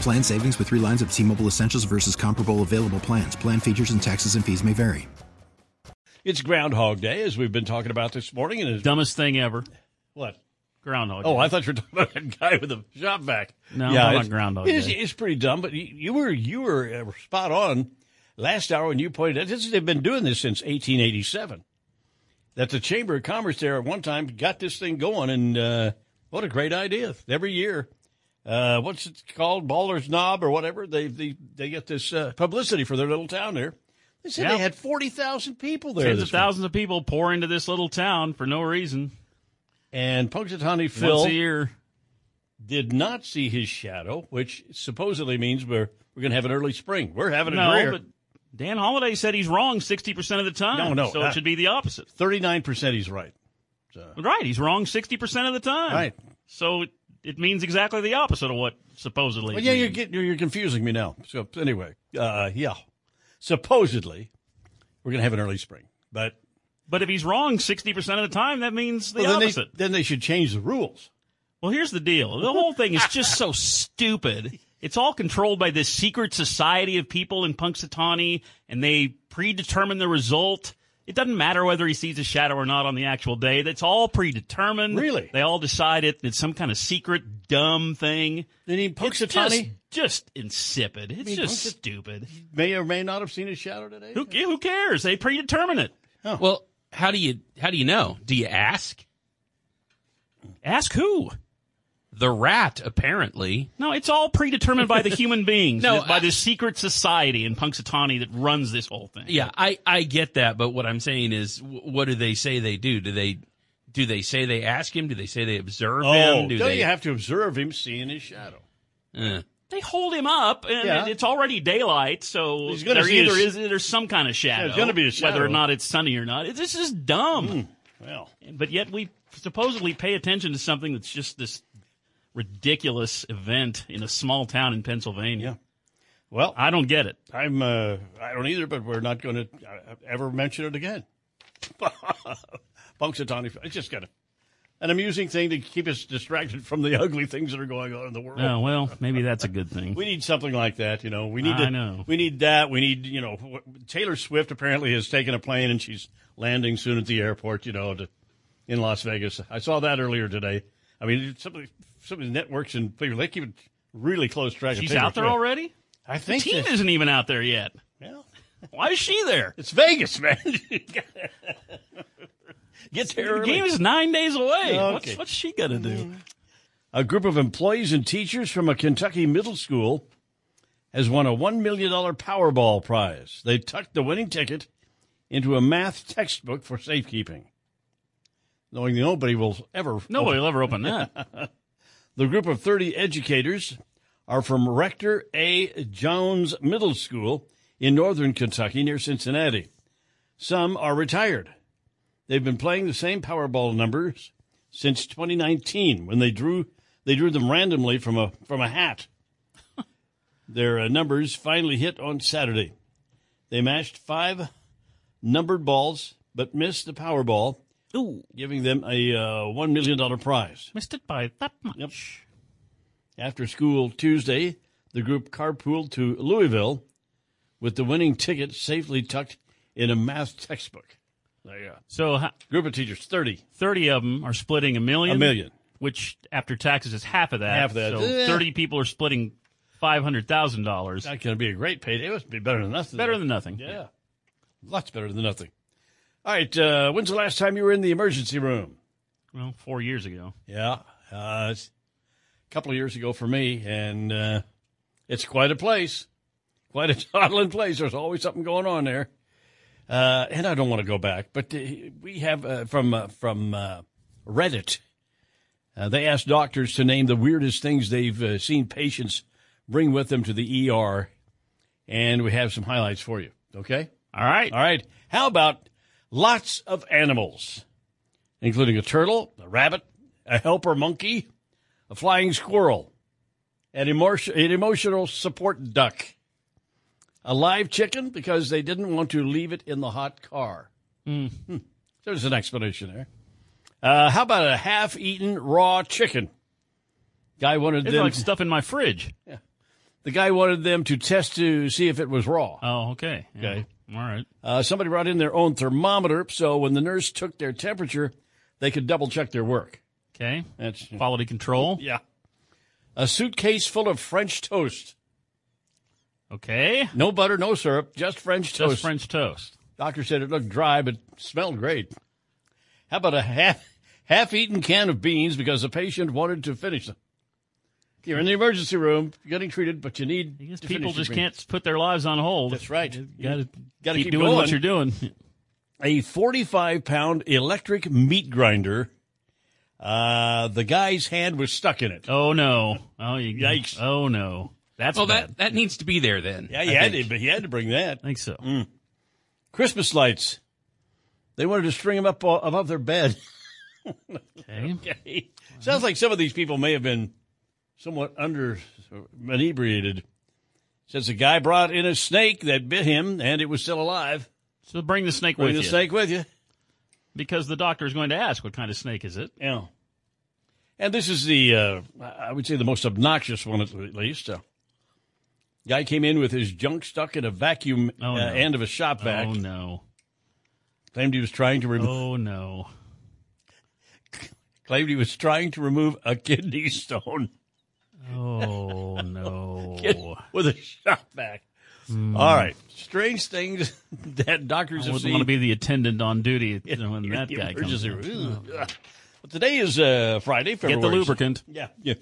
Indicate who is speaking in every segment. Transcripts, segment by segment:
Speaker 1: Plan savings with three lines of T Mobile Essentials versus comparable available plans. Plan features and taxes and fees may vary.
Speaker 2: It's Groundhog Day, as we've been talking about this morning. And it's,
Speaker 3: Dumbest thing ever.
Speaker 2: what?
Speaker 3: Groundhog.
Speaker 2: Oh,
Speaker 3: Day.
Speaker 2: I thought you were talking about that guy with the shop vac.
Speaker 3: No, I'm talking about
Speaker 2: it's-
Speaker 3: Groundhog
Speaker 2: It is,
Speaker 3: Day.
Speaker 2: it's pretty dumb, but you, you were you were uh, spot on last hour when you pointed out this. They've been doing this since 1887. That the Chamber of Commerce there at one time got this thing going, and uh, what a great idea! Every year, uh, what's it called, Baller's Knob or whatever? They they they get this uh, publicity for their little town there. They said
Speaker 3: Yeah.
Speaker 2: they had forty thousand people there.
Speaker 3: Tens
Speaker 2: this
Speaker 3: of thousands of people pour into this little town for no reason.
Speaker 2: week. and Punxsutawney Phil.
Speaker 3: Once a year.
Speaker 2: did not see his shadow, which supposedly means we're we're going to have an early spring. We're having a
Speaker 3: No,
Speaker 2: career.
Speaker 3: but Dan Holliday said he's wrong 60% of the time.
Speaker 2: No, no,
Speaker 3: So
Speaker 2: uh,
Speaker 3: it should be the opposite.
Speaker 2: thirty nine percent he's right.
Speaker 3: Right. He's wrong 60% of the time.
Speaker 2: Right.
Speaker 3: So it, it means exactly the opposite of what supposedly.
Speaker 2: Well,
Speaker 3: it
Speaker 2: yeah, you're
Speaker 3: means.
Speaker 2: getting you're, you're confusing me now. So anyway, uh, yeah, supposedly we're going to have an early spring, but
Speaker 3: But if he's wrong 60% of the time, that means the
Speaker 2: Well, then, they,
Speaker 3: opposite.
Speaker 2: then they should change the rules.
Speaker 3: Well, here's the deal. The whole thing is just so stupid. It's all controlled by this secret society of people in Punxsutawney, and they predetermine the result. It doesn't matter whether he sees a shadow or not on the actual day. That's all predetermined.
Speaker 2: Really?
Speaker 3: They all decide it. It's some kind of secret, dumb thing.
Speaker 2: Then he
Speaker 3: It's
Speaker 2: Punxsutawney
Speaker 3: just, just insipid. It's
Speaker 2: mean,
Speaker 3: just
Speaker 2: Punxsut-
Speaker 3: stupid.
Speaker 2: may or may not have seen his shadow today.
Speaker 3: Who, who cares? They predetermine it.
Speaker 4: Well, how do you how do you know? Do you ask?
Speaker 3: Ask who?
Speaker 4: The rat apparently.
Speaker 3: No, it's all predetermined by the human beings,
Speaker 4: No,
Speaker 3: by
Speaker 4: I-
Speaker 3: this secret society in Punxsutawney that runs this whole thing.
Speaker 4: Yeah, I I get that, but what I'm saying is, wh- what do they say they do? Do they do they say they ask him? Do they say they observe
Speaker 2: Oh,
Speaker 4: him? Do
Speaker 2: don't
Speaker 4: they?
Speaker 2: you have to observe him seeing his shadow?
Speaker 4: Eh.
Speaker 3: they hold him up, and
Speaker 2: Yeah.
Speaker 3: it's already daylight, so
Speaker 2: He's gonna
Speaker 3: there
Speaker 2: see
Speaker 3: either
Speaker 2: a sh-
Speaker 3: is there's some kind of shadow.
Speaker 2: there's gonna be a shadow.
Speaker 3: whether or not it's sunny or not. It, this is dumb,
Speaker 2: Well,
Speaker 3: but yet we supposedly pay attention to something that's just this ridiculous event in a small town in Pennsylvania.
Speaker 2: well,
Speaker 3: I don't get it.
Speaker 2: I'm uh, I don't either, but we're not going to ever mention it again. Punxsutawney, it's just kind of an amusing thing to keep us distracted from the ugly things that are going on in the world.
Speaker 3: Oh well, maybe that's a good thing.
Speaker 2: We need something like that, you know. We need
Speaker 3: I
Speaker 2: to,
Speaker 3: know.
Speaker 2: we need that. We need, you know, wh- Taylor Swift apparently has taken a plane and she's landing soon at the airport, you know, to, in Las Vegas. I saw that earlier today. I mean, some of the, some of the networks in Cleveland, they keep a really close track of
Speaker 3: She's
Speaker 2: Taylor
Speaker 3: out there
Speaker 2: Swift.
Speaker 3: already.
Speaker 2: I think
Speaker 3: Team
Speaker 2: that-
Speaker 3: isn't even out there yet.
Speaker 2: well,
Speaker 3: Why is she there?
Speaker 2: It's Vegas, man. Get there
Speaker 3: The
Speaker 2: early.
Speaker 3: game is nine days away.
Speaker 2: Okay.
Speaker 3: What's, what's she gonna do?
Speaker 2: a group of employees and teachers from a Kentucky middle school has won a $1 million Powerball prize. They tucked the winning ticket into a math textbook for safekeeping, knowing nobody will ever.
Speaker 3: Nobody will ever open that.
Speaker 2: The group of 30 educators are from Rector A. Jones Middle School in northern Kentucky near Cincinnati. Some are retired. They've been playing the same Powerball numbers since 2019 when they drew they drew them randomly from a from a hat. Their uh, numbers finally hit on Saturday. They matched five numbered balls but missed the Powerball,
Speaker 3: Ooh,
Speaker 2: giving them a uh, $1 million prize.
Speaker 3: missed it by that much.
Speaker 2: Yep. After school Tuesday, the group carpooled to Louisville with the winning ticket safely tucked in a math textbook. There you go.
Speaker 3: So ho-
Speaker 2: Group of teachers, 30,
Speaker 3: 30 of them are splitting a million.
Speaker 2: a million.
Speaker 3: which after taxes is half of that.
Speaker 2: Half that.
Speaker 3: So
Speaker 2: Yeah.
Speaker 3: thirty people are splitting five hundred thousand dollars.
Speaker 2: Not going to be a great payday. It must be better than nothing.
Speaker 3: Better than nothing.
Speaker 2: Yeah. Lots better than nothing. All right. Uh, when's the last time you were in the emergency room?
Speaker 3: Well, four years ago.
Speaker 2: Yeah. Uh, it's a couple of years ago for me, and uh, it's quite a place. Quite a toddling place. There's always something going on there. Uh, and I don't want to go back, but uh, we have uh, from uh, from uh, Reddit. Uh, they asked doctors to name the weirdest things they've uh, seen patients bring with them to the ER, and we have some highlights for you. Okay.
Speaker 3: All right.
Speaker 2: All right. How about lots of animals, including a turtle, a rabbit, a helper monkey, a flying squirrel, an, emotion, an emotional support duck, a live chicken because they didn't want to leave it in the hot car. Hmm. There's an explanation there. Uh, how about a half-eaten raw chicken? Guy wanted
Speaker 3: It's
Speaker 2: them.
Speaker 3: like stuff in my fridge.
Speaker 2: the guy wanted them to test to see if it was raw.
Speaker 3: Oh, okay. Yeah.
Speaker 2: Okay.
Speaker 3: All right.
Speaker 2: Uh, somebody brought in their own thermometer, so when the nurse took their temperature, they could double check their work.
Speaker 3: Okay.
Speaker 2: That's
Speaker 3: Quality control.
Speaker 2: yeah. A suitcase full of French toast.
Speaker 3: Okay.
Speaker 2: No butter, no syrup, just French
Speaker 3: Just
Speaker 2: toast.
Speaker 3: French toast.
Speaker 2: Doctor said it looked dry but smelled great. How about a half half-eaten can of beans because the patient wanted to finish them. You're in the emergency room, you're getting treated, but you need
Speaker 3: I guess
Speaker 2: to
Speaker 3: people
Speaker 2: finish your
Speaker 3: just
Speaker 2: beans.
Speaker 3: can't put their lives on hold.
Speaker 2: That's right.
Speaker 3: Got to
Speaker 2: gotta keep
Speaker 3: doing
Speaker 2: going.
Speaker 3: what you're doing.
Speaker 2: a 45 pound electric meat grinder. Uh, the guy's hand was stuck in it.
Speaker 3: Oh no. Oh you,
Speaker 2: Yikes.
Speaker 3: Oh no. That's
Speaker 4: Well,
Speaker 3: bad.
Speaker 4: that, that needs to be there then.
Speaker 2: Yeah,
Speaker 4: I
Speaker 2: he had,
Speaker 4: think.
Speaker 2: to, but he had to bring that.
Speaker 3: I think so.
Speaker 2: Mm. Christmas lights. They wanted to string them up uh, above their bed.
Speaker 3: Okay.
Speaker 2: Okay. Sounds like some of these people may have been somewhat under inebriated. Says the guy brought in a snake that bit him and it was still alive.
Speaker 3: So bring the snake
Speaker 2: Bring
Speaker 3: with
Speaker 2: the
Speaker 3: you
Speaker 2: snake with you.
Speaker 3: because the doctor is going to ask what kind of snake is it.
Speaker 2: Yeah. And this is the, uh, I would say, the most obnoxious one at at least. Uh, guy came in with his junk stuck in a vacuum uh,
Speaker 3: Oh, no.
Speaker 2: end of a shop vac.
Speaker 3: Oh no.
Speaker 2: Claimed he was trying to remove.
Speaker 3: Oh no.
Speaker 2: Claimed he was trying to remove a kidney stone
Speaker 3: Oh no.
Speaker 2: with a shop vac. All right, strange things that doctors
Speaker 3: Hmm. I
Speaker 2: have
Speaker 3: wouldn't
Speaker 2: seen.
Speaker 3: want to be the attendant on duty when
Speaker 2: in
Speaker 3: that
Speaker 2: the
Speaker 3: guy comes.
Speaker 2: emergency
Speaker 3: in. Oh,
Speaker 2: room. Ugh. Well, today is uh, Friday, February.
Speaker 3: Get the
Speaker 2: 6th.
Speaker 3: lubricant.
Speaker 2: Yeah, yeah.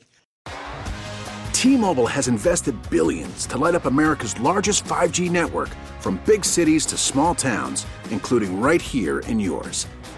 Speaker 5: T-Mobile has invested billions to light up America's largest 5G network from big cities to small towns, including right here in yours.